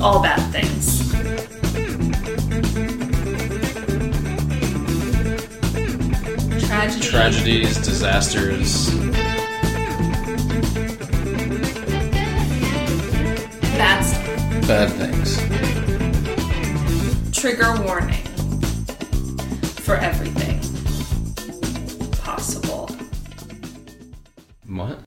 all bad things. Tragedy. Tragedies, disasters, That's bad things. trigger warning for everything possible. What?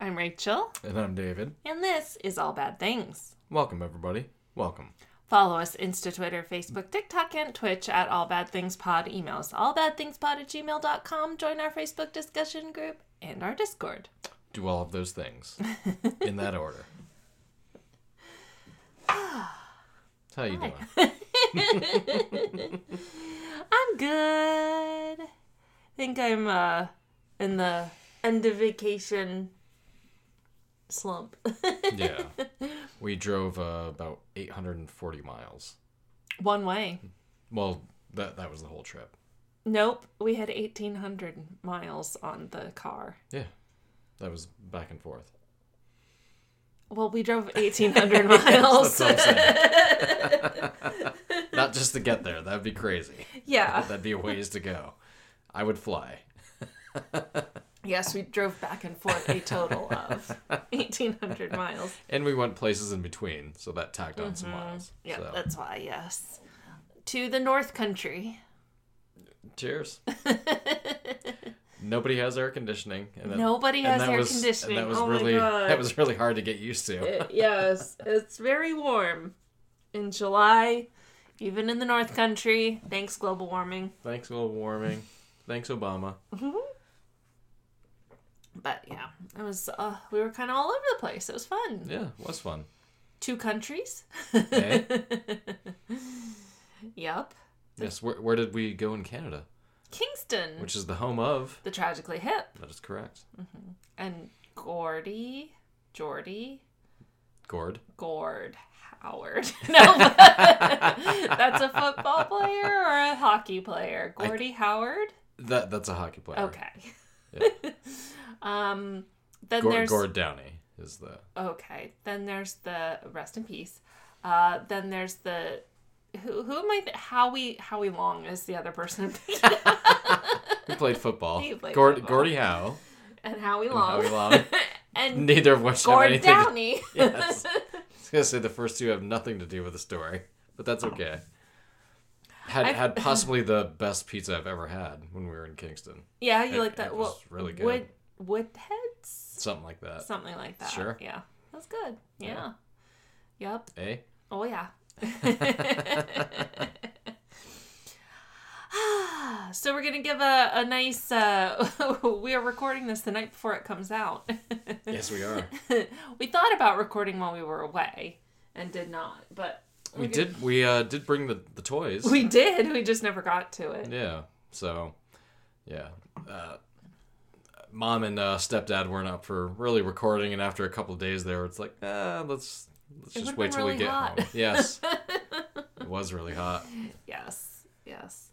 I'm Rachel, And I'm David. and this is All Bad Things. Welcome, everybody. Welcome. Follow us Insta, Twitter, Facebook, TikTok, and Twitch at All Bad Things Pod. Email us allbadthingspod at gmail.com. Join our Facebook discussion group and our Discord. Do all of those things in that order. How you doing? I'm good. I think I'm uh, in the end of vacation slump. Yeah. We drove uh, about 840 miles. One way. Well, that that was the whole trip. Nope, we had 1,800 miles on the car. Yeah. That was back and forth. Well, we drove 1,800 miles. That's what I'm saying. Not just to get there. That'd be crazy. yeah. That'd be a ways to go. I would fly. Yes, we drove back and forth a total of 1,800 miles. And we went places in between, so that tacked on some miles. Mm-hmm. Yeah, So, that's why, yes. To the North Country. Cheers. Nobody has air conditioning. And that- Nobody and has that air was- and conditioning. that was Oh my really God. that was really hard to get used to. yes, it's very warm in July, even in the North Country. Thanks, global warming. Thanks global warming. Thanks Obama. But yeah, it was, uh, we were kind of all over the place. It was fun. Yeah, it was fun. Two countries. Eh? Yep. yes. Where, where did we go in Canada? Kingston, Which is the home of. the tragically hip. That is correct. and Gordy, Jordy, Gord. Gord Howard. No, that's a football player or a hockey player. Gordy Howard. That that's a hockey player. Okay. um. Then Gord, there's Gord Downey is the okay. Then there's the rest in peace. Uh. Then there's the who who am I? Th- Howie Howie Long is the other person. I'm thinking of. who played football. He played Gord, football. Gordie Howe. and Howie Long Howie Long. and Neither of which have Gord anything. to- Downey. Yes. I was gonna say the first two have nothing to do with the story, but that's okay. Had Oh. I've- had possibly the best pizza I've ever had when we were in Kingston, yeah, you It- like that? it Well, was really good. Wood Woodheads. something like that. something like that. Sure. Yeah, that's good. Yeah. Yep. eh? Oh yeah. so we're gonna give a, a nice. Uh, we are recording this the night before it comes out. Yes, we are. we thought about recording while we were away and did not, but we did. We uh, did bring the the toys. we did. We just never got to it. yeah. So, yeah. Uh, Mom and uh, stepdad weren't up for really recording, and after a couple of days there, it's like, ah, let's let's just would've wait been till we really get hot. home. Yes, it was really hot. Yes. Yes.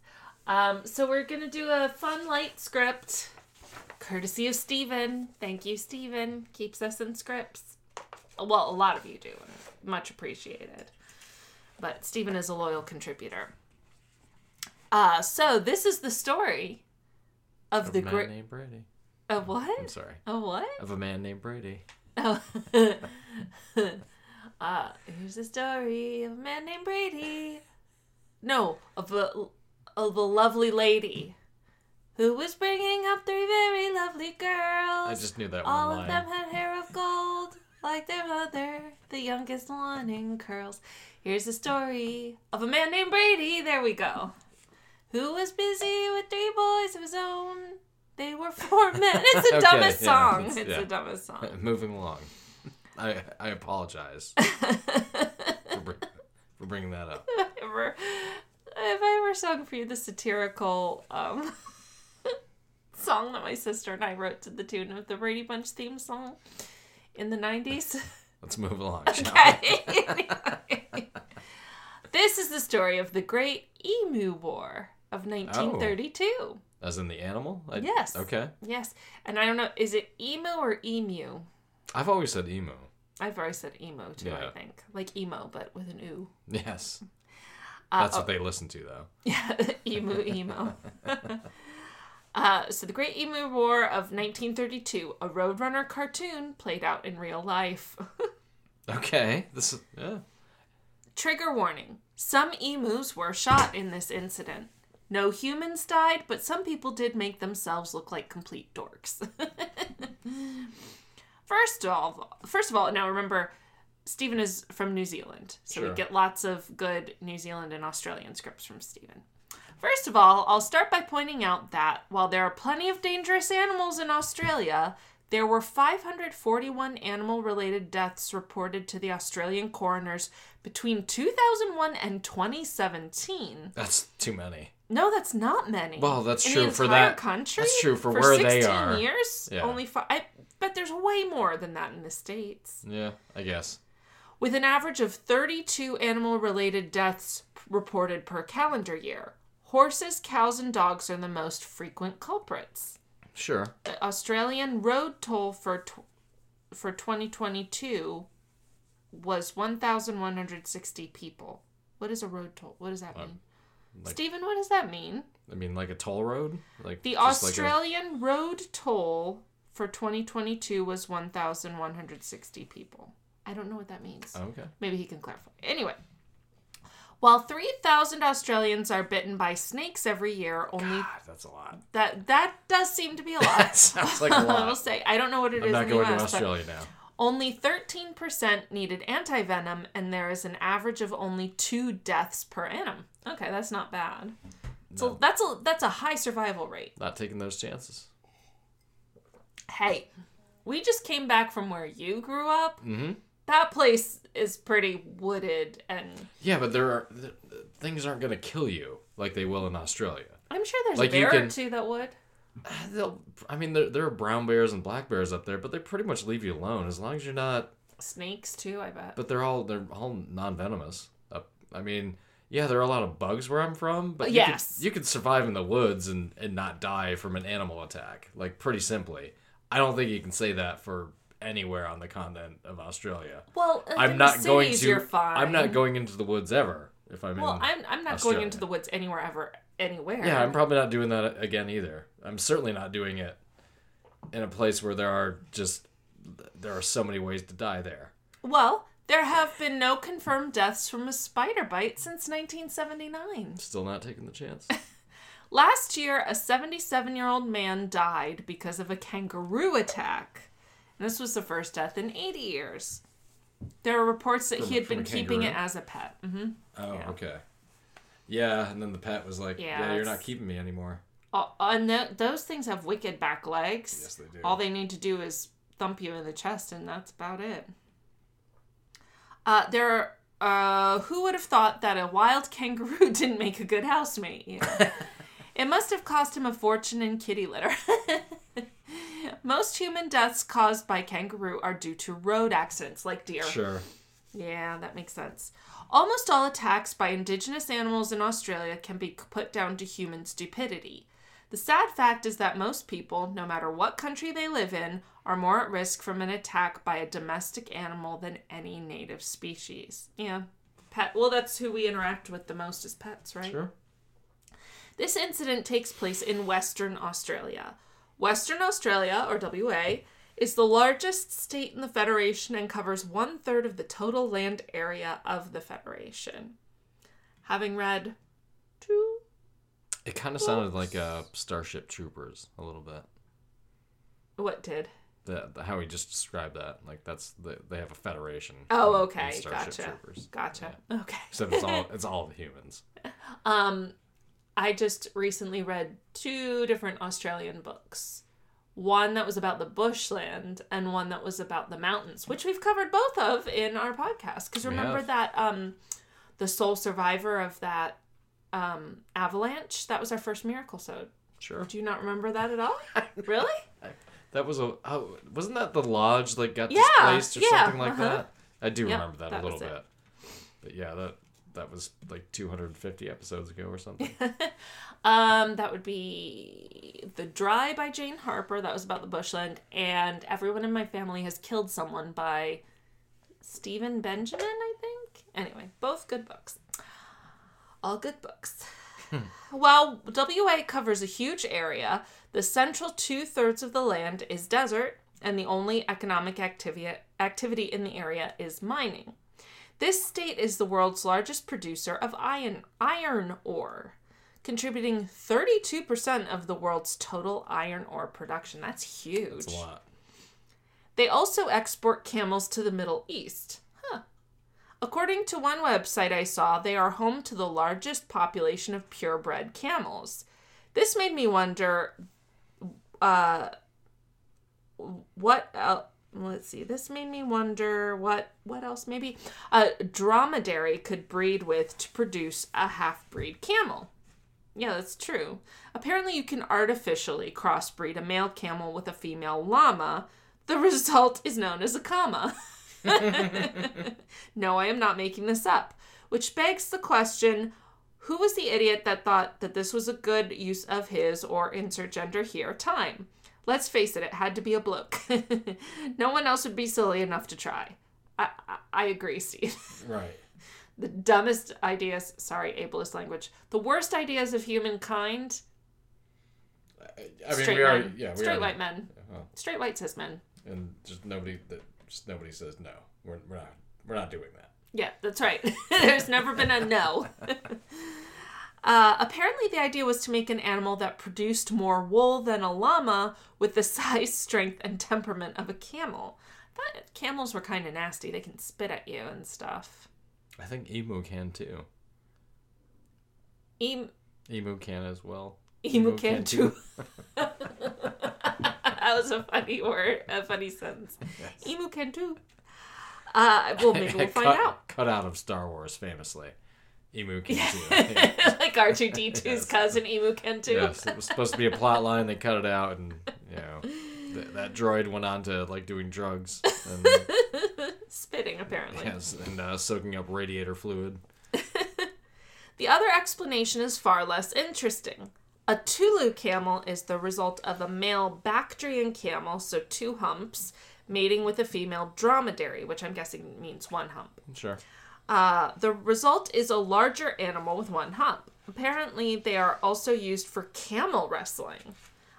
Um, so we're gonna do a fun light script, courtesy of Steven. Thank you, Steven. Keeps us in scripts. Well, a lot of you do. and Much appreciated. But Steven is a loyal contributor. Uh, so this is the story of Of the a man great named Brady. of I'm what? sorry. A what? Of a man named Brady. Oh. uh, here's the story of a man named Brady. No, of a, of a lovely lady who was bringing up three very lovely girls. I just knew that one All line. of them had hair of gold, like their mother, the youngest one in curls. Here's the story of a man named Brady. There we go. Who was busy with three boys of his own. They were four men. It's the Okay, dumbest yeah, song. It's, it's- the yeah. dumbest song. Moving along. I I apologize for, br- for bringing that up. ever if I ever sung for you the satirical um song that my sister and I wrote to the tune of the Brady Bunch theme song in the nineties. Let's move along. shall we? Okay. this is the story of the Great Emu War of nineteen thirty two. As in the animal? I- Yes. Okay. Yes. And I don't know, is it emu or emu? I've always said emo. I've already said emo too, I Yeah. think. Like emo, but with an ooh. Yes. Uh, That's what they listen to, though. Yeah, Emu Emo. uh, so, the Great Emu War of 1932, a Roadrunner cartoon played out in real life. Okay. This is, yeah. Trigger warning some emus were shot in this incident. No humans died, but some people did make themselves look like complete dorks. first of all, first of all, now remember, Stephen is from New Zealand, so Sure. we get lots of good New Zealand and Australian scripts from Stephen. First of all, I'll start by pointing out that while there are plenty of dangerous animals in Australia, there were 541 animal related deaths reported to the Australian coroners between 2001 and 2017. That's too many. No, that's not many. Well, that's In true the for entire that- country. that's true for where they 16 are. Years, Yeah. only five. I bet there's way more than that in the states, Yeah, I guess. with an average of 32 animal-related deaths p- reported per calendar year. Horses, cows, and dogs are the most frequent culprits. Sure. The Australian road toll for tw- for 2022 was 1,160 people. What is a road toll? What does that mean? Um, like- Stephen, what does that mean? I mean, like a toll road? Like The just Like Australian road toll for 2022 was 1,160 people. I don't know what that means. a- oh, okay. Maybe he can clarify. Anyway, while 3,000 Australians are bitten by snakes every year, only God, that's a lot. that that does seem to be a lot. That sounds like a I will lot. say I don't know what it is. I'm not in going the to US, but- Australia now. only 13% needed anti venom, and there is an average of only two deaths per annum. Okay, that's not bad. So No. that's a that's a high survival rate. Not taking those chances. Hey, we just came back from where you grew up. Mhm. That place is pretty wooded, and Yeah, but there are th- th- things aren't going to kill you like they will in Australia. I'm sure there's Like, a you bear or can- two that would. Uh, Ah, They'll, I mean, there, there are brown bears and black bears up there, but they pretty much leave you alone as long as you're not Snakes too, I bet. But they're all they're all non venomous. Uh, I mean, yeah, there are a lot of bugs where I'm from, but Yes. you, could, you could survive in the woods and and not die from an animal attack, like pretty simply. I don't think you can say that for anywhere on the continent of Australia. well, like I'm in not the going cities, to. You're fine. I'm not going into the woods ever. If I'm Well, in, I'm I'm not Australia. going into the woods anywhere ever anywhere. yeah, I'm probably not doing that again either. I'm certainly not doing it in a place where there are just there are so many ways to die there. Well, there have been no confirmed deaths from a spider bite since 1979. Still not taking the chance. Last year, a 77 year old man died because of a kangaroo attack. And this was the first death in 80 years. There are reports that From- he had from been a keeping it kangaroo? as a pet. hmm Oh, Yeah. okay. Yeah, and then the pet was like, Yeah, "Yeah, you're not that's- keeping me anymore." Uh, and tho- those things have wicked back legs. Yes, they do. All they need to do is thump you in the chest, and that's about it. Uh, there, are, uh, who would have thought that a wild kangaroo didn't make a good housemate? You know? it must have cost him a fortune in kitty litter. Most human deaths caused by kangaroo are due to road accidents, like deer. Sure. Yeah, that makes sense. Almost all attacks by indigenous animals in Australia can be c- put down to human stupidity. The sad fact is that most people, no matter what country they live in, are more at risk from an attack by a domestic animal than any native species. Yeah. Pet. Well, that's who we interact with the most is pets, right? Sure. This incident takes place in Western Australia. Western Australia, or WA, is the largest state in the Federation and covers one third of the total land area of the Federation. Having read two, It kind of sounded like uh, Starship Troopers a little bit. what did? The, the- how he just described that, like that's the, they have a federation. Oh, in- in okay, gotcha, Troopers. gotcha. Okay. Except it's all it's all the humans. Um, I just recently read two different Australian books. One that was about the bushland and one that was about the mountains, which we've covered both of in our podcast. Because We remember have. that um, the sole survivor of that um, avalanche? That was our first miracle sode. Sure. Do you not remember that at all? really? That was a oh, wasn't that the lodge that got Yeah, displaced or yeah, something like uh-huh. that? I do Yep, remember that, that a little was it. bit. But yeah, that that was like 250 episodes ago or something. Um, that would be The Dry by Jane Harper. That was about the bushland. And everyone in my family has killed someone by Stephen Benjamin, I think. Anyway, both good books. All good books. While WA covers a huge area, the central two thirds of the land is desert, and the only economic activity, activity in the area is mining. This state is the world's largest producer of iron, iron ore, contributing 32% of the world's total iron ore production. That's huge. It's a lot. They also export camels to the Middle East. Huh. According to one website I saw, they are home to the largest population of purebred camels. This made me wonder uh, what el Let's see. This made me wonder what what else maybe a dromedary could breed with to produce a half-breed camel. Yeah, that's true. Apparently, you can artificially crossbreed a male camel with a female llama. The result is known as a comma. no, I am not making this up. Which begs the question who was the idiot that thought that this was a good use of his or insert gender here time? Let's face it, it had to be a bloke. no one else would be silly enough to try. I, I, I agree, Steve Right. the dumbest ideas sorry ableist language the worst ideas of humankind I, I mean, straight we already, men yeah, we straight already- white men well. straight white cis men and just nobody that just nobody says no. We're, we're not we're not doing that. yeah that's right there's never been a no uh, apparently the idea was to make an animal that produced more wool than a llama with the size strength and temperament of a camel I thought camels were kind of nasty they can spit at you and stuff I think emu can too. Em- Emu can as well. Emu can too. that was a funny word, a funny sentence. Emu can too. Uh, well, maybe we'll find cut, out. Cut out of Star Wars famously. Emu can too. like R two D 2s cousin Emu can too. yes, it was supposed to be a plot line. They cut it out, and you know th- that droid went on to like doing drugs and Spitting apparently. yes, and uh, soaking up radiator fluid. The other explanation is far less interesting. A Tulu camel is the result of a male Bactrian camel, so two humps, mating with a female dromedary, which I'm guessing means one hump. Sure. Uh, the result is a larger animal with one hump. Apparently, they are also used for camel wrestling.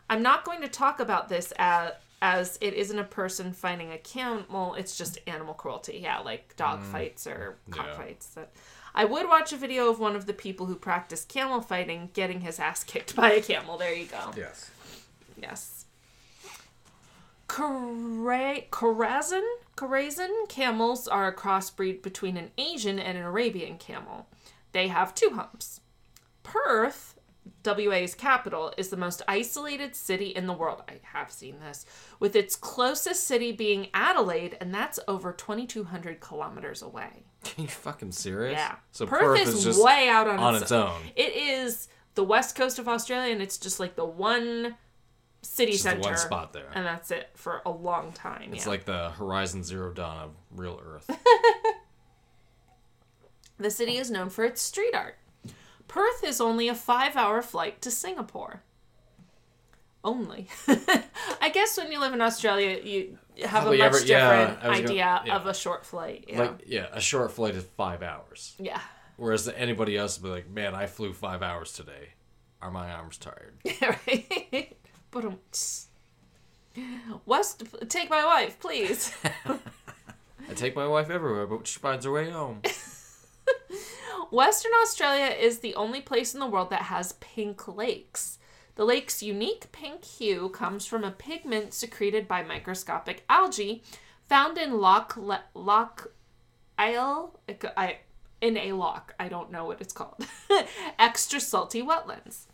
I'm not going to talk about this as, as it isn't a person fighting a camel, it's just animal cruelty. Yeah, like dog fights or cock yeah. fights. That I would watch a video of one of the people who practice camel fighting getting his ass kicked by a camel. There you go. Yes. Yes. Kara- Karazan? Karazan camels are a crossbreed between an Asian and an Arabian camel. They have two humps. Perth, WA's capital, is the most isolated city in the world. I have seen this, with its closest city being Adelaide, and that's over 2,200 kilometers away. Are you fucking serious? Yeah. So Perth, is, just way out on, on its, its own. It is the west coast of Australia, and it's just like the one city Just the center. one spot there. And that's it for a long time. It's yeah. like the Horizon Zero Dawn of real Earth. the city is known for its street art. Perth is only a five hour flight to Singapore. Only. I guess when you live in Australia, you have Probably a much ever- yeah, different I was gonna- idea yeah. of a short flight. Yeah. Like, yeah, a short flight is five hours. yeah. Whereas anybody else would be like, man, I flew five hours today. Are my arms tired? right? Ba-dum. West, take my wife, please. I take my wife everywhere, but she finds her way home. Western Australia is the only place in the world that has pink lakes. The lake's unique pink hue comes from a pigment secreted by microscopic algae found in Loch, Le- Loch Isle, I, in a lock, I don't know what it's called, extra salty wetlands.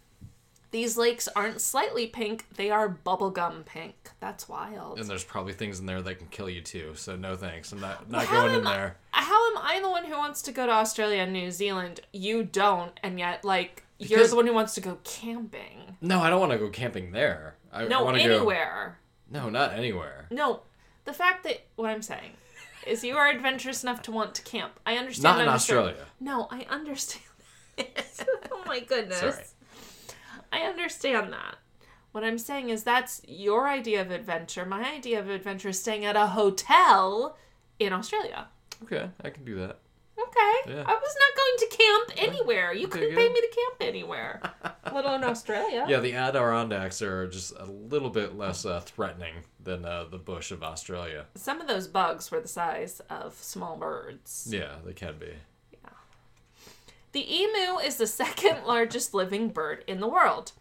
These lakes aren't slightly pink, they are bubblegum pink. That's wild. and there's probably things in there that can kill you too. So no thanks. I'm not not How going in am I- there. How am I the one who wants to go to Australia and New Zealand? You don't, and yet, like, you're Because- the one who wants to go camping. No, I don't want to go camping there. I, No, want to anywhere. Go, no, not anywhere. No, the fact that what I'm saying is you are adventurous enough to want to camp. I understand. Not in I'm a- Australia. No, I understand. That. oh my goodness. Sorry. I understand that. What I'm saying is that's your idea of adventure. My idea of adventure is staying at a hotel in Australia. Okay, I can do that. Okay. Yeah. I was not going to camp anywhere. You Okay, couldn't good. pay me to camp anywhere, let alone Australia. Yeah, the Adirondacks are just a little bit less uh, threatening than uh, the bush of Australia. Some of those bugs were the size of small birds. Yeah, they can be. The emu is the second largest living bird in the world.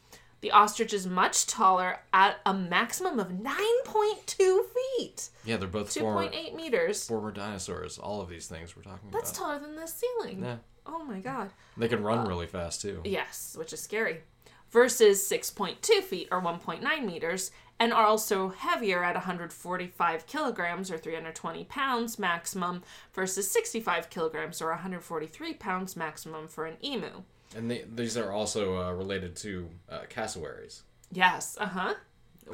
The ostrich is much taller at a maximum of 9.2 feet, Yeah, they're both former, 2.8 meters. former dinosaurs. All of these things we're talking That's about. Uh, taller than the ceiling. uh, yeah, Oh my god. they can run really fast too. Yes, which is scary. Versus 6.2 feet or 1.9 meters, and are also heavier at 145 kilograms or 320 pounds maximum, versus 65 kilograms or 143 pounds maximum for an emu. And they, these are also uh, related to uh, cassowaries. Yes, uh huh.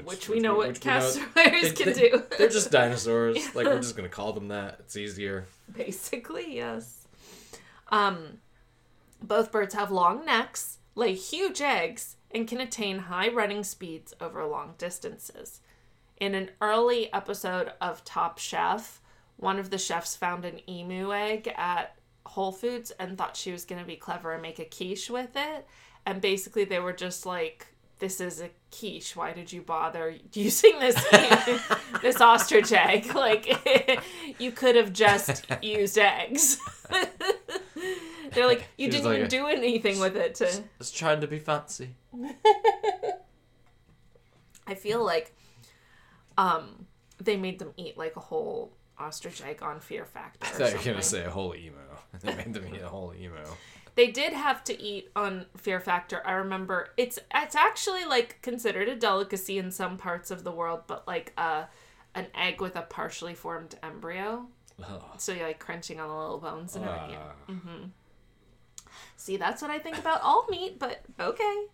Which, we which know we- what which we know- cassowaries can They- do. They're just dinosaurs. Like we're just gonna call them that. It's easier. Basically, yes. Um, both birds have long necks, lay huge eggs, and can attain high running speeds over long distances. In an early episode of Top Chef, one of the chefs found an emu egg at Whole Foods and thought she was going to be clever and make a quiche with it. And basically, they were just like, "This is a quiche. Why did you bother using this this ostrich egg? Like, you could have just used eggs." They're like, "You She was didn't like even a- do anything with it." To It's trying to be fancy. I feel like, um, they made them eat like a whole ostrich egg on Fear Factor. I or thought you were something. gonna say a whole emo. They made them eat a whole emo. They did have to eat on Fear Factor. I remember it's it's actually like considered a delicacy in some parts of the world, but like uh, an egg with a partially formed embryo. Ugh. So you're like crunching on the little bones and everything. Ah. See, that's what I think about all meat, but okay.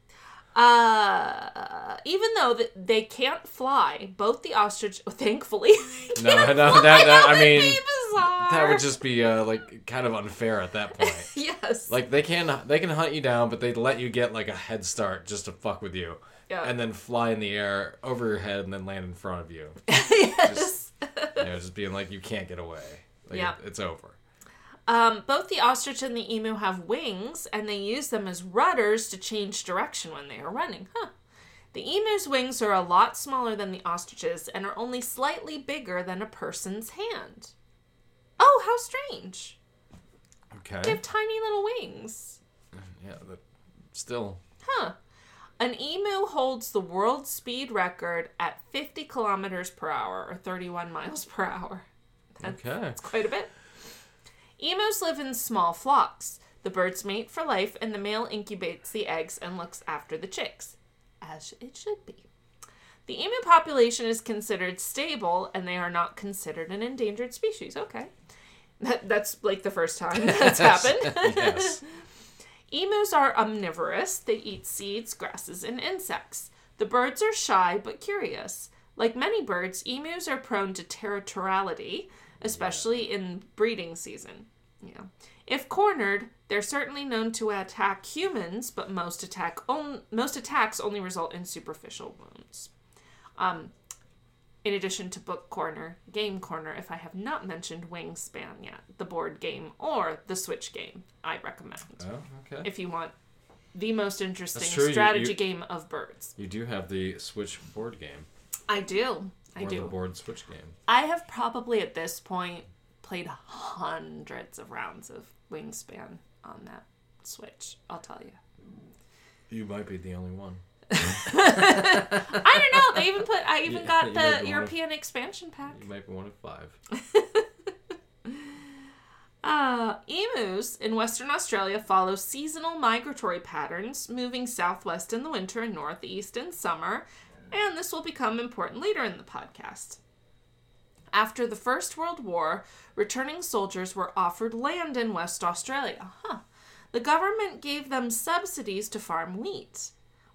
Uh, even though th- they can't fly, both the ostrich, thankfully, they No, can't no, fly. that- that- I would be mean, bizarre. That would just be uh, like kind of unfair at that point. yes, Like they can they can hunt you down, but they let you get like a head start just to fuck with you, Yeah. and then fly in the air over your head and then land in front of you. yes. You know, just being like you can't get away. Like, Yeah. it- it's over. Um, both the ostrich and the emu have wings, and they use them as rudders to change direction when they are running. Huh. The emu's wings are a lot smaller than the ostrich's and are only slightly bigger than a person's hand. Oh, how strange! They Okay. have tiny little wings. Yeah. But still, Huh. An emu holds the world speed record at 50 kilometers per hour or 31 miles per hour. okay. quite a bit. Emus live in small flocks. The birds mate for life, and the male incubates the eggs and looks after the chicks, as it should be. The emu population is considered stable, and they are not considered an endangered species. Okay. That, that's like the first time that's happened. yes. Emus are omnivorous. They eat seeds, grasses, and insects. The birds are shy but curious. Like many birds, emus are prone to territoriality, especially in breeding season. Yeah. If cornered, they're certainly known to attack humans, but most attack on- most attacks only result in superficial wounds. Um, in addition to book corner, game corner, if I have not mentioned Wingspan yet, the board game or the Switch game, I recommend Oh, okay. if you want the most interesting That's true, you- strategy you- game of birds. You do have the Switch board game. I do. I or the do. board Switch game. I have probably at this point played hundreds of rounds of Wingspan on that Switch, I'll tell you. You might be the only one. I don't know. They even put I even Yeah, got you might be one the of- European expansion pack. You might be one of five. Uh, emus in Western Australia follow seasonal migratory patterns, moving southwest in the winter and northeast in summer, and this will become important later in the podcast. After the First World War, returning soldiers were offered land in West Australia. Huh. The government gave them subsidies to farm wheat.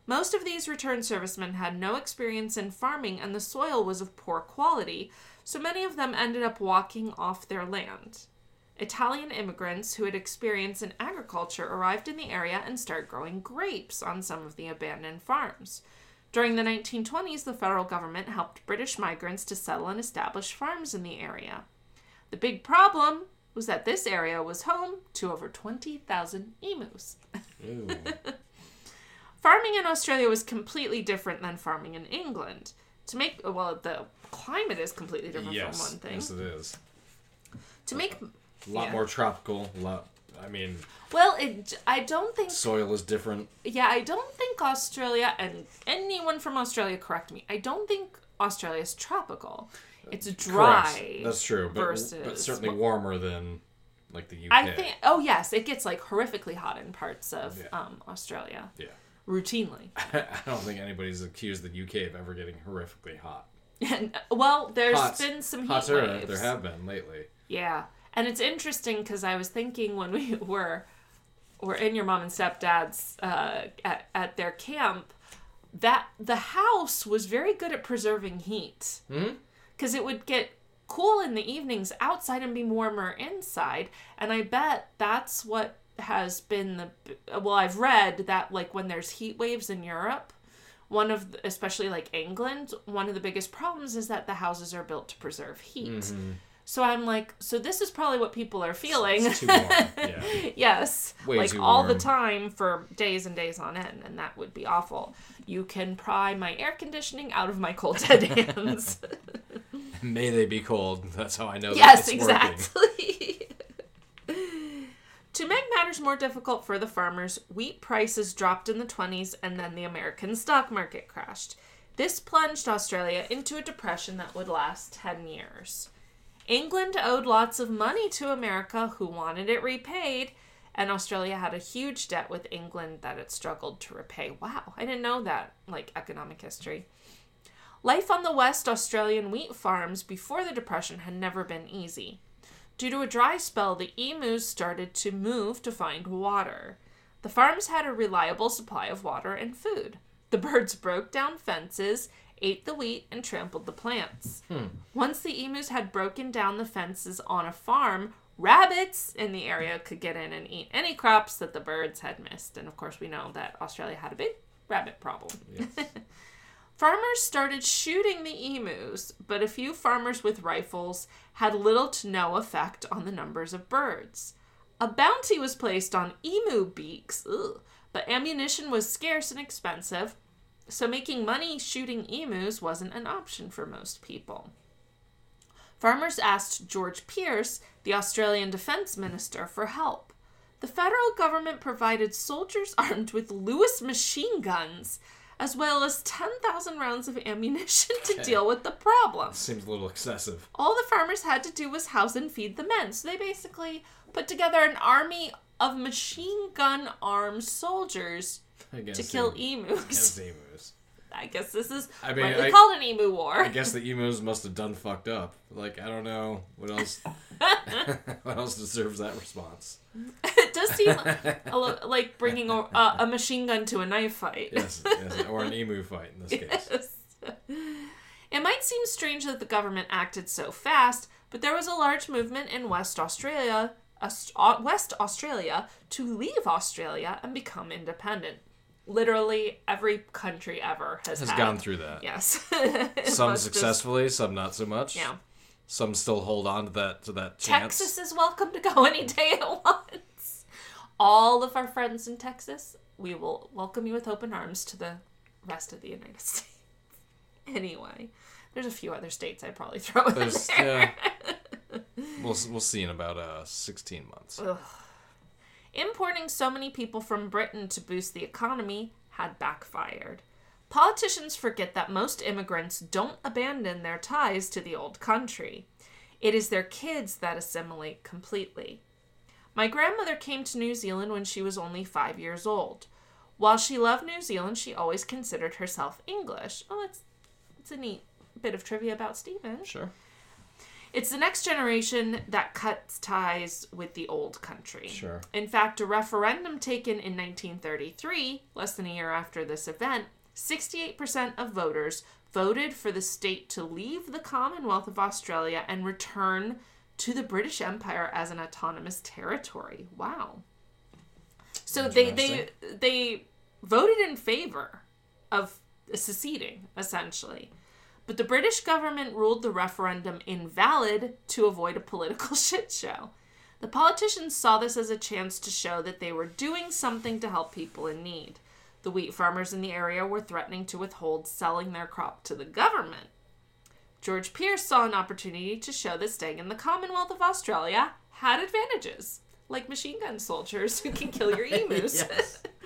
Most of these returned servicemen had no experience in farming and the soil was of poor quality, so many of them ended up walking off their land. Italian immigrants who had experience in agriculture arrived in the area and started growing grapes on some of the abandoned farms. During the 1920s, the federal government helped British migrants to settle and establish farms in the area. The big problem was that this area was home to over 20,000 emus. Ooh. Farming in Australia was completely different than farming in England. To make, well, the climate is completely different yes. from one thing. Yes, it is. to make, A lot Yeah. more tropical. A lot. I mean, well, it, I don't think soil is different. Yeah, I don't think Australia and anyone from Australia correct me. I don't think Australia is tropical. It's dry. Correct. That's true. But, but versus- certainly warmer than like the UK. I think. Oh yes, it gets like horrifically hot in parts of Yeah. um, Australia Yeah. routinely. I don't think anybody's accused the UK of ever getting horrifically hot. And, well, there's Hot. been some heat Hotter, waves. there have been lately. Yeah, and it's interesting because I was thinking when we were were in your mom and stepdad's uh, at at their camp that the house was very good at preserving heat Hmm? because it would get cool in the evenings outside and be warmer inside, and I bet that's what has been the well I've read that like when there's heat waves in Europe. One of, the, especially like England, one of the biggest problems is that the houses are built to preserve heat. So I'm like, so this is probably what people are feeling. Mm-hmm. It's too warm. Yeah. yes, Way like too all the warm. time for days and days on end, and that would be awful. You can pry my air conditioning out of my cold dead hands. May they be cold. That's how I know. yes, that it's Working. exactly. to make matters more difficult for the farmers, wheat prices dropped in the 20s and then the American stock market crashed. This plunged Australia into a depression that would last 10 years. England owed lots of money to America, who wanted it repaid, and Australia had a huge debt with England that it struggled to repay. Wow, I didn't know that, like economic history. Life on the West Australian wheat farms before the Depression had never been easy. Due to a dry spell, the emus started to move to find water. The farms had a reliable supply of water and food. The birds broke down fences, ate the wheat, and trampled the plants. Once the emus had broken down the fences on a farm, rabbits in the area could get in and eat any crops that the birds had missed. And of course, we know that Australia had a big rabbit problem. Farmers started shooting the emus, but a few farmers with rifles had little to no effect on the numbers of birds. A bounty was placed on emu beaks, ugh, but ammunition was scarce and expensive, so making money shooting emus wasn't an option for most people. Farmers asked George Pierce, the Australian defense minister, for help. The federal government provided soldiers armed with Lewis machine guns, as well as 10,000 rounds of ammunition to deal with the problem. Seems a little excessive. All the farmers had to do was house and feed the men. So they basically put together an army of machine gun armed soldiers Against to kill the- emus. against emus. I guess this is I mean, what we I- called an emu war. I guess the emus must have done fucked up. Like I don't know what else. what else deserves that response? it does seem a lo- like bringing a, a, a machine gun to a knife fight. Yes, yes, or an emu fight in this case. It might seem strange that the government acted so fast, but there was a large movement in West Australia, Aus- Au- West Australia, to leave Australia and become independent. Literally every country ever has, Has had- gone through that. Yes. Some Most just- successfully, some not so much. yeah. Some still hold on to that to that chance. Texas is welcome to go any day it wants. All of our friends in Texas, we will welcome you with open arms to the rest of the United States. Anyway, there's a few other states I'd probably throw in There's- there. yeah. We'll s- we'll see in about uh sixteen months. Importing so many people from Britain to boost the economy had backfired. Politicians forget that most immigrants don't abandon their ties to the old country. It is their kids that assimilate completely. My grandmother came to New Zealand when she was only five years old. While she loved New Zealand, she always considered herself English. Oh, it's, it's a neat bit of trivia about Stephen. Sure. It's the next generation that cuts ties with the old country. Sure. In fact, a referendum taken in 1933, less than a year after this event, 68% of voters voted for the state to leave the Commonwealth of Australia and return to the British Empire as an autonomous territory. Wow. So they they they voted in favor of seceding essentially. But the British government ruled the referendum invalid to avoid a political shit show. The politicians saw this as a chance to show that they were doing something to help people in need. The wheat farmers in the area were threatening to withhold selling their crop to the government. George Pierce saw an opportunity to show that staying in the Commonwealth of Australia had advantages, like machine gun soldiers who can kill your emus.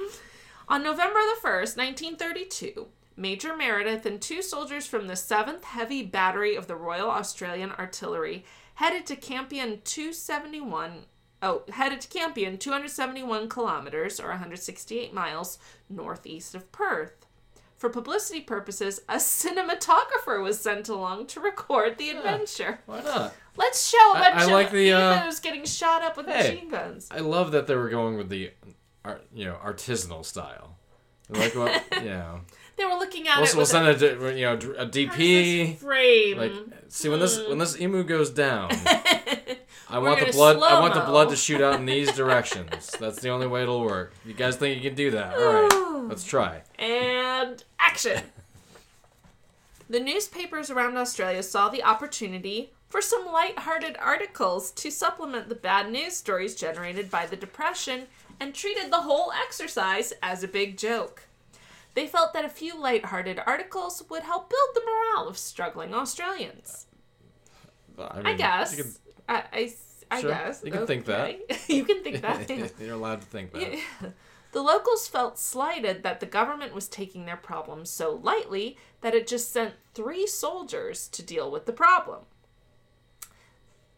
On November the 1st, 1932, Major Meredith and two soldiers from the 7th Heavy Battery of the Royal Australian Artillery headed to Campion 271 oh, headed to Campion 271 kilometers or 168 miles northeast of Perth. For publicity purposes, a cinematographer was sent along to record the adventure. Why not? Let's show a I- bunch I like of the, uh, emus getting shot up with Hey. machine guns. I love that they were going with the, art, you know, artisanal style. Like what? yeah. They were looking at We'll, it we'll with a- send a, di- you know a this DP. frame. Like, Mm-hmm. see when this when this emu goes down, I want the Mm. gonna blood. I want the slow-mo. blood to shoot out in these directions. That's the only way it'll work. You guys think you can do that? All right, let's try. and action. the newspapers around Australia saw the opportunity for some light-hearted articles to supplement the bad news stories generated by the depression and treated the whole exercise as a big joke. They felt that a few light-hearted articles would help build the morale of struggling Australians. I, I mean, guess. Mm, you can- I, I s- I Sure, guess. you can think that. Okay. you can think that. You're allowed to think that. The locals felt slighted that the government was taking their problem so lightly that it just sent three soldiers to deal with the problem.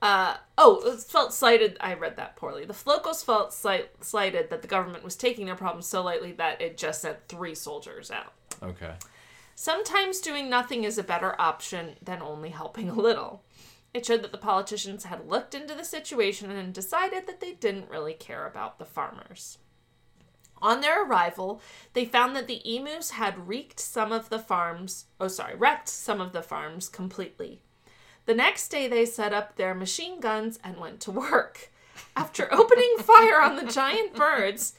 Uh, oh, it felt slighted. I read that poorly. The locals felt slight, slighted that the government was taking their problem so lightly that it just sent three soldiers out. Okay. Sometimes doing nothing is a better option than only helping a little. It showed that the politicians had looked into the situation and decided that they didn't really care about the farmers. On their arrival, they found that the emus had wreaked some of the farms, oh sorry, wrecked some of the farms completely. The next day, they set up their machine guns and went to work. After opening fire on the giant birds,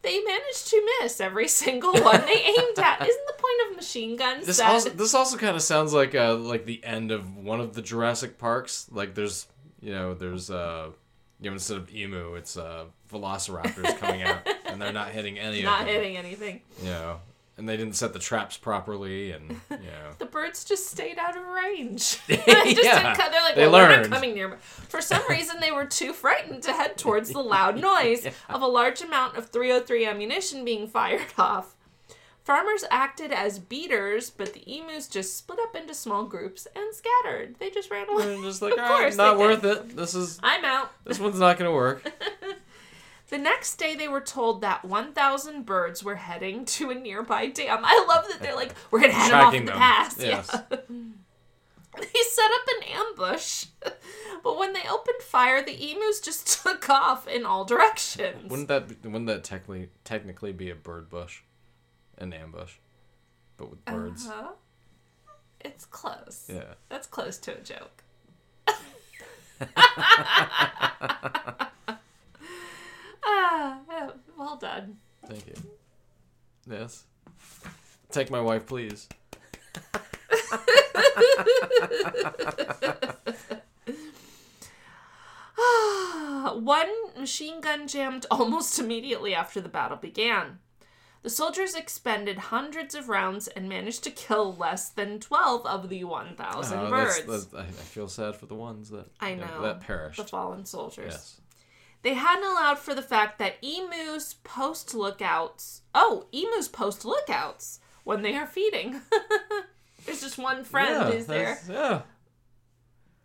they managed to miss every single one they aimed at. Isn't the point of machine guns This that also this also kind of sounds like uh like the end of one of the Jurassic parks. Like there's you know there's uh you know instead of emu it's uh velociraptors coming out and they're not hitting any of not them. hitting anything? You know, and they didn't set the traps properly and you know. The birds just stayed out of range. they just didn't come. They're like, they well, we're not learned. coming near. For some reason, they were too frightened to head towards the loud noise of a large amount of 303 ammunition being fired off. Farmers acted as beaters, but the emus just split up into small groups and scattered. They just ran away. I'm just like, Of all right, course not they worth it. This is I'm out. this one's not gonna work. The next day, they were told that 1,000 birds were heading to a nearby dam. I love that they're like, we're going to head 'em off Tracking the them. pass. Yes. They set up an ambush, but when they opened fire, the emus just took off in all directions. Wouldn't that be, wouldn't that technically technically be a bird bush, an ambush, but with birds? Huh? Uh-huh. It's close. Yeah. That's close to a joke. ah, yeah, well done. Thank you. Yes. Take my wife, please. Uh, One machine gun jammed almost immediately after the battle began. The soldiers expended hundreds of rounds and managed to kill less than 12 of the 1,000 Oh, birds. that's- that's- I, I feel sad for the ones that I you know. that perished. The fallen soldiers. yes. They hadn't allowed for the fact that emus post lookouts. Oh, emus post lookouts when they are feeding. There's just one friend yeah, who's there. that's- Yeah.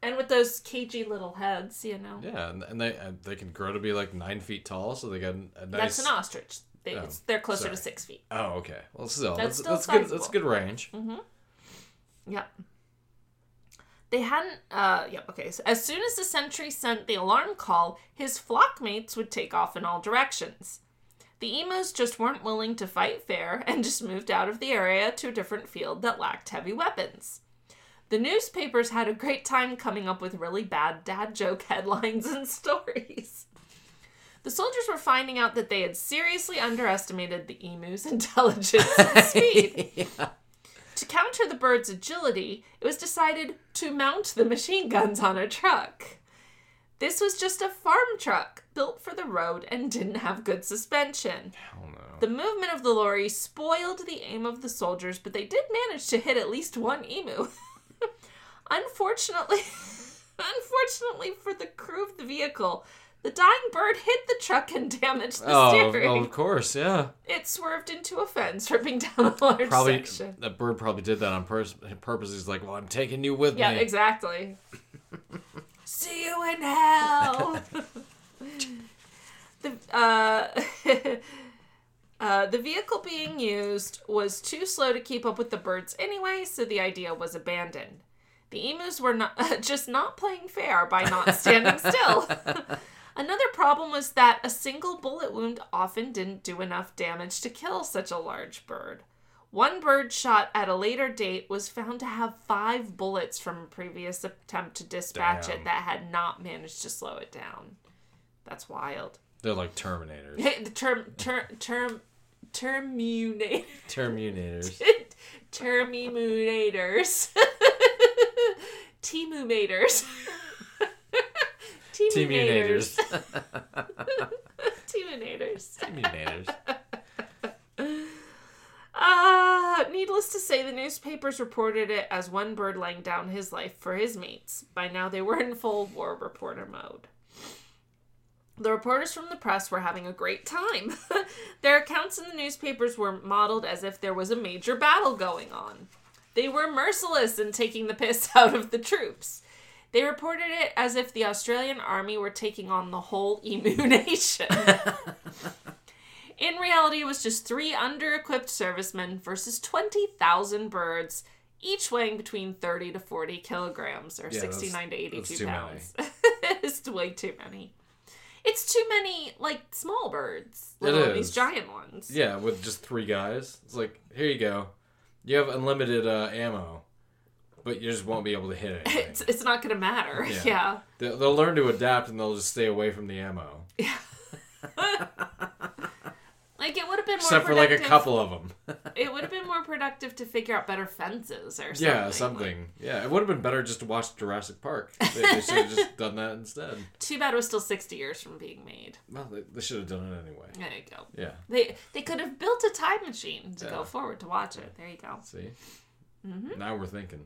And with those cagey little heads, you know. Yeah, and, and they and they can grow to be like nine feet tall, so they got a nice. Oh, That's an ostrich. They, it's, they're closer to sorry. six feet. Oh, okay. Well, still, that's, That's still that's good. That's sizable. good range. Yep. They hadn't. Uh, yep. Okay. So as soon as the sentry sent the alarm call, his flock mates would take off in all directions. The emus just weren't willing to fight fair and just moved out of the area to a different field that lacked heavy weapons. The newspapers had a great time coming up with really bad dad joke headlines and stories. The soldiers were finding out that they had seriously underestimated the emu's intelligence and speed. To counter the bird's agility, it was decided to mount the machine guns on a truck. This was just a farm truck built for the road and didn't have good suspension. Hell no. The movement of the lorry spoiled the aim of the soldiers, but they did manage to hit at least one emu. unfortunately, unfortunately for the crew of the vehicle, the dying bird hit the truck and damaged the Oh, steering. of course, yeah. It swerved into a fence, ripping down a large Probably section. that bird probably did that on pers- purpose. He's like, "Well, I'm taking you with Yeah, me." exactly. See you in hell. the uh, uh, the vehicle being used was too slow to keep up with the birds anyway, so the idea was abandoned. The emus were not just not playing fair by not standing still. Another problem was that a single bullet wound often didn't do enough damage to kill such a large bird. One bird shot at a later date was found to have five bullets from a previous attempt to dispatch Damn. it that had not managed to slow it down. That's wild. They're like Terminators, the term term term terminator Terminators. terminators. terminators teamumators teamumators Terminators. teamumators Terminators. Ah, needless to say, the newspapers reported it as one bird laying down his life for his mates. By now, they were in full war reporter mode. The reporters from the press were having a great time. Their accounts in the newspapers were modeled as if there was a major battle going on. They were merciless in taking the piss out of the troops. They reported it as if the Australian army were taking on the whole emu nation. In reality, it was just three under equipped servicemen versus 20,000 birds, each weighing between 30 to 40 kilograms or Yeah, 69 to that's- 82 that's too many. pounds. it's way too many. It's too many, like, small birds, It let alone these is. giant ones. Yeah, with just three guys. It's like, here you go. You have unlimited uh, ammo, but you just won't be able to hit anything. It's, it's not going to matter. Yeah. yeah. They'll, they'll learn to adapt and they'll just stay away from the ammo. Like it would have been more Except for like a productive. couple of them. It would have been more productive to figure out better fences or something. Yeah, something. Yeah, it would have been better just to watch Jurassic Park. They, they should have just done that instead. Too bad it was still sixty years from being made. Well, they, they should have done it anyway. There you go. Yeah. They they could have built a time machine to Yeah. go forward to watch it. There you go. See? Mm-hmm. Now we're thinking.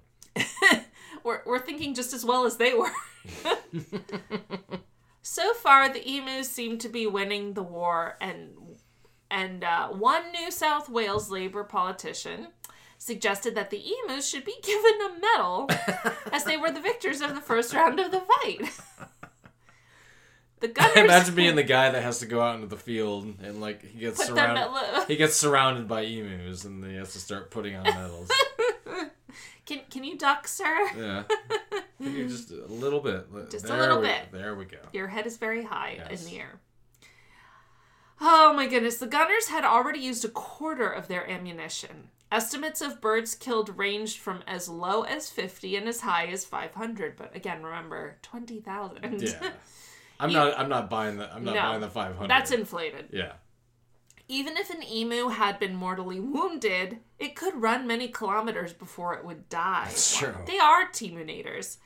We're we're thinking just as well as they were. so far, the emus seem to be winning the war, and and uh, one New South Wales Labour politician suggested that the emus should be given a medal as they were the victors of the first round of the fight. The gunners Imagine being the guy that has to go out into the field and like he gets put them surrounded. at lo- He gets surrounded by emus and he has to start putting on medals. can can you duck, sir? Yeah. You're just a little bit. Mm-hmm. Just a There little we- bit. There we go. Your head is very high Yes. in the air. Oh my goodness, the gunners had already used a quarter of their ammunition. Estimates of birds killed ranged from as low as 50 and as high as 500, but again, remember, 20,000. Yeah. I'm not I'm not buying the I'm not No. buying the 500. That's inflated. Yeah. Even if an emu had been mortally wounded, it could run many kilometers before it would die. That's true. They are teamunators.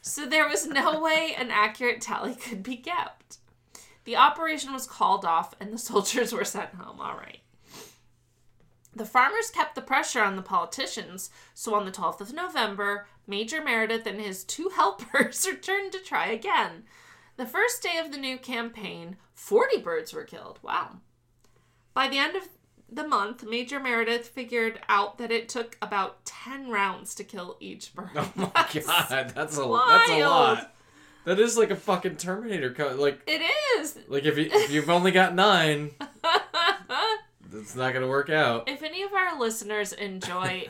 So there was no way an accurate tally could be kept. The operation was called off and the soldiers were sent home. All right. The farmers kept the pressure on the politicians, so on the 12th of November, Major Meredith and his two helpers returned to try again. The first day of the new campaign, 40 birds were killed. Wow. By the end of the month, Major Meredith figured out that it took about 10 rounds to kill each bird. Oh my god, that's a that's a wild. lot. That is like a fucking Terminator co- like It is. like if you if you've only got 9, it's not going to work out. If any of our listeners enjoy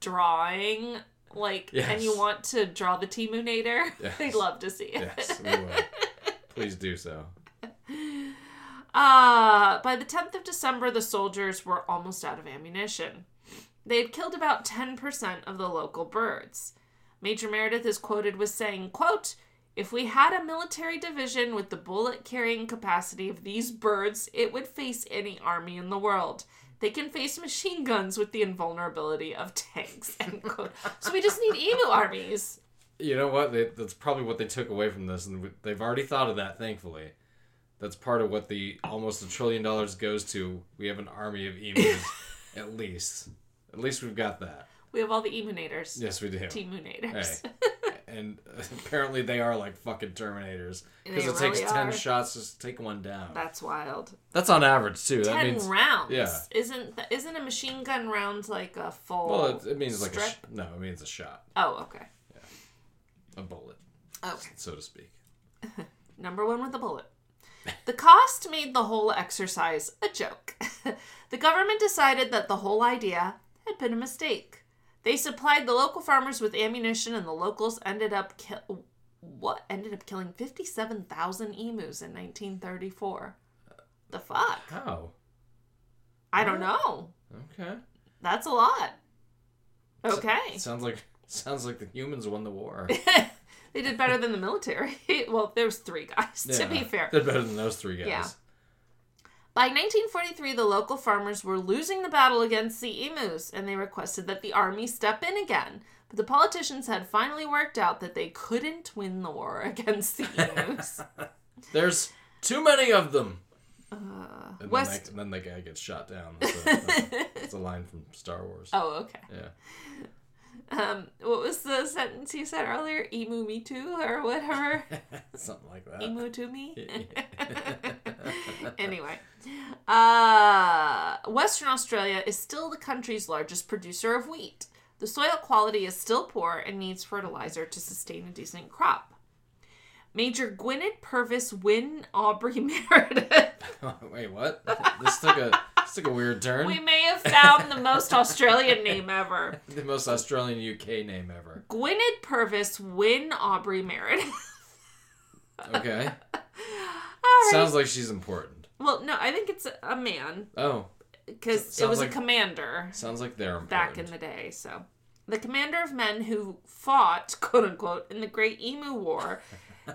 drawing, like, and you Yes. want to draw the Teamunator, Yes. they'd love to see it. Yes, we will. Please do so. Uh, by the 10th of December, the soldiers were almost out of ammunition. They had killed about 10% of the local birds. Major Meredith is quoted with saying, quote, if we had a military division with the bullet carrying capacity of these birds, it would face any army in the world. They can face machine guns with the invulnerability of tanks. End quote. so we just need emu armies. you know what? They, that's probably what they took away from this, and we- they've already thought of that. Thankfully, that's part of what the almost a trillion dollars goes to. We have an army of emus, at least. At least we've got that. We have all the emunators. Yes, we do. Teamunators. Hey. and apparently they are like fucking Terminators because They it takes really ten are. shots just to take one down. That's wild. That's on average too. That Ten means rounds. yeah. Isn't th- isn't a machine gun round like a full? well, it, it means like a sh- strip? no, it means a shot, oh, okay. a bullet, Okay. so to speak. Number one with a bullet. The cost made the whole exercise a joke. the government decided that the whole idea had been a mistake. They supplied the local farmers with ammunition, and the locals ended up kill what ended up killing fifty seven thousand emus in nineteen thirty four. The fuck? How? I don't know. Oh, Okay. That's a lot. Okay. Sounds like sounds like the humans won the war. They did better than the military. well, there was three guys, to be Yeah. fair. they're better than those three guys. Yeah. By 1943, the local farmers were losing the battle against the emus, and they requested that the army step in again. But the politicians had finally worked out that they couldn't win the war against E the emus. There's too many of them. Uh, and, then West- that- and then the guy gets shot down. That's a, that's a- that's a line from Star Wars. oh, okay. Yeah. Um, what was the sentence you said earlier? Emu me too, or whatever. Something like that. Emu to me. anyway, uh, Western Australia is still the country's largest producer of wheat. The soil quality is still poor and needs fertilizer to sustain a decent crop. Major Gwynedd Purvis Wynne Aubrey Meredith. Oh, Wait, what? This took a this took a weird turn. We may have found the most Australian name ever. The most Australian UK name ever. Gwynedd Purvis Wynne Aubrey Meredith. Okay. All right. Sounds like she's important. Well, no, I think it's a- a man Oh, because it Sounds was a like- commander. sounds like they're important. back in the day. So, the commander of men who fought, quote unquote, in the Great Emu War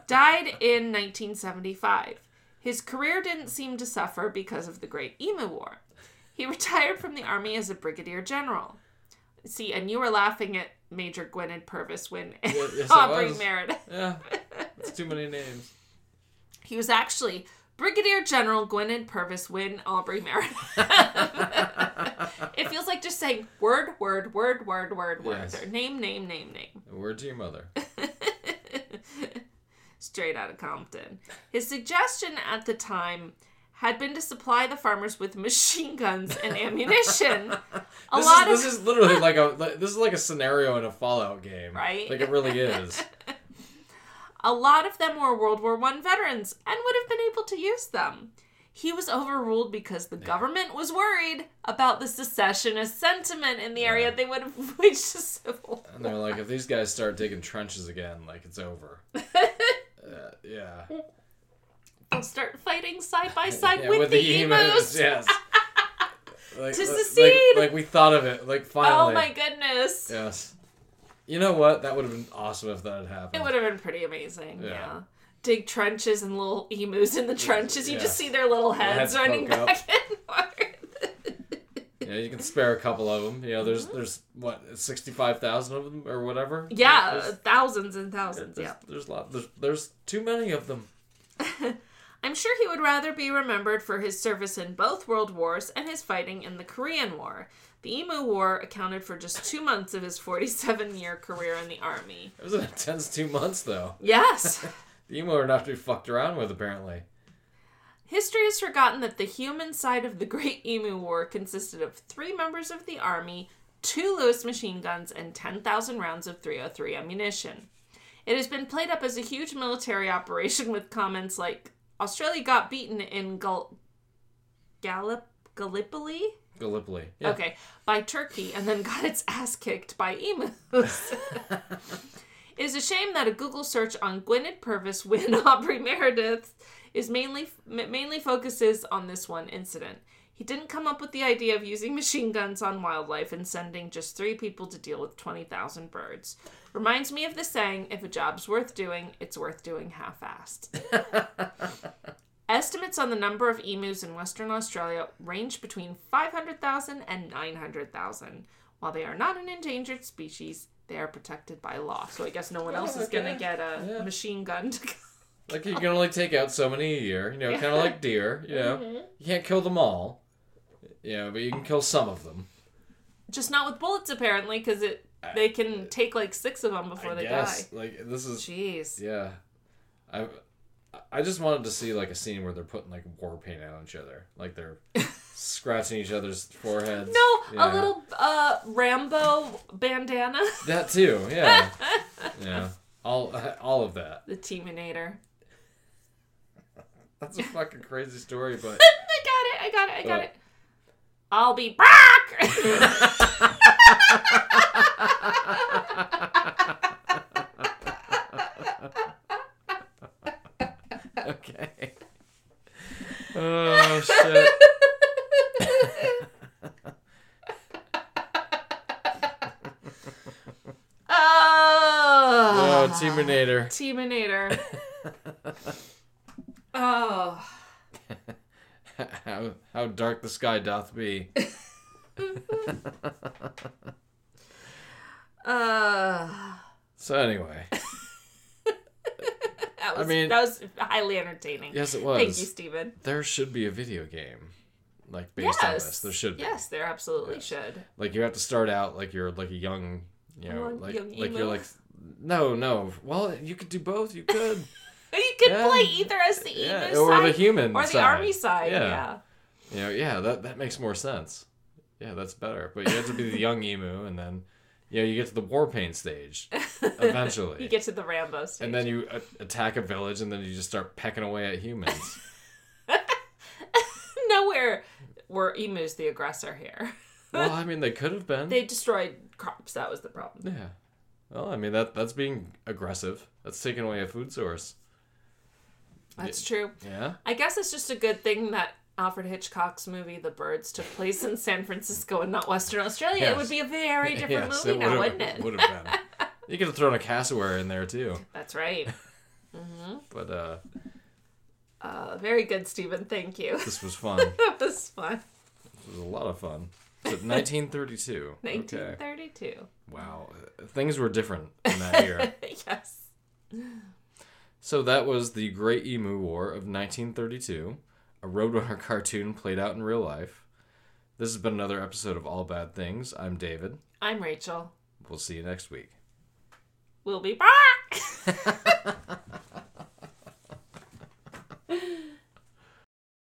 died in 1975. His career didn't seem to suffer because of the Great Emu War. He retired from the army as a brigadier general. See, and you were laughing at Major Gwynedd Purvis when yes, I Aubrey was. Meredith. Yeah. It's too many names. He was actually Brigadier General Gwynedd Purvis Wynne Aubrey Meredith. it feels like just saying word, word, word, word, word, word. Yes. Or name, name, name, name. A word to your mother. Straight out of Compton. His suggestion at the time had been to supply the farmers with machine guns and ammunition. A this lot is, of this is literally like a like- this is like a scenario in a Fallout game. Right? Like it really is. A lot of them were World War I veterans and would have been able to use them. He was overruled because the government was worried about the secessionist sentiment in the area. They would have reached a civil. And they're like, if these guys start digging trenches again, like it's over. Uh, yeah. They'll start fighting side by side yeah, with, the, emus, emus. Yes. Like, To like- secede. Like, we thought of it. Like finally. Oh my goodness. Yes. You know what? That would have been awesome if that had It happened. would have been pretty amazing. Yeah. Yeah. Dig trenches and little emus in the trenches. You just Yeah. see their little heads heads running poke up. back and forth. Yeah, you can spare a couple of them. You know, there's Mm-hmm. there's what sixty five thousand of them or whatever. Yeah, There's, thousands and thousands. there's, yeah. there's lot. There's, there's too many of them. I'm sure he would rather be remembered for his service in both world wars and his fighting in the Korean War. The Emu War accounted for just two months of his 47 year career in the army. It was an intense two months though. Yes! The emo are not to be fucked around with apparently. History has forgotten that the human side of the Great Emu War consisted of three members of the army, two Lewis machine guns, and 10,000 rounds of 303 ammunition. It has been played up as a huge military operation with comments like Australia got beaten in Gal- Gallip- Gallipoli? Gallipoli. Yeah. Okay, by Turkey and then got its ass kicked by emus. it is a shame that a Google search on Gwyneth Purvis Wynne Aubrey Meredith is mainly m- mainly focuses on this one incident. He didn't come up with the idea of using machine guns on wildlife and sending just three people to deal with 20,000 birds. Reminds me of the saying if a job's worth doing, it's worth doing half assed. Estimates on the number of emus in Western Australia range between 500,000 and 900,000, While they are not an endangered species, they are protected by law. So I guess no one else is going to okay. get a Yeah. machine gun to Like you can only take out so many a year, you know, kind of like deer. You know, Mm-hmm. you can't kill them all. You know, but you can kill some of them. Just not with bullets, apparently, because it they can take like six of them before I they guess. die. Like this is Jeez. yeah. I I just wanted to see like a scene where they're putting like war paint on each other, like they're scratching each other's foreheads. No, a Yeah. little uh, Rambo bandana. That too. Yeah. yeah. All all of that. the Teaminator. That's a fucking crazy story, but I got it. I got it. I got Oh. it. I'll be back. okay. Oh shit. oh, Oh, Terminator. Teaminator. oh, How how dark the sky doth be. uh, So anyway, that was mean- that was highly entertaining. yes, it Thank you, was. Steven. There should be a video game, like based on Yes. this. There should be. Yes, there absolutely should. Like you have to start out like you're like a young, you know, Young- like young like emo. you're like. No, no. Well, you could do both. You could. You could Yeah. play either as the Yeah, emu or the side human or the side. army side. Yeah. yeah. You know, yeah, that, that makes more sense. Yeah, that's better. But you have to be the young emu, and then, you know, you get to the war paint stage eventually. You get to the Rambo stage. and then you a- attack a village, and then you just start pecking away at humans. Nowhere were emus the aggressor here. well, I mean, they could have been. They destroyed crops. That was the problem. yeah. Well, I mean, that that's being aggressive. That's taking away a food source. That's true. Yeah? I guess it's just a good thing that Alfred Hitchcock's movie The Birds took place in San Francisco and not Western Australia. It Yes. would be a very different Yes, movie now, would've- wouldn't it? Would have been. You could have thrown a cassowary in there, too. That's right. But uh, Uh, very good, Stephen. Thank you. this was fun. that was fun. It was a lot of fun. But 1932. Okay. 1932. Wow, uh, things were different in that year. yes. so that was the Great Emu War of 1932, a Roadrunner cartoon played out in real life. This has been another episode of All Bad Things. I'm David. I'm Rachel. We'll see you next week. We'll be back.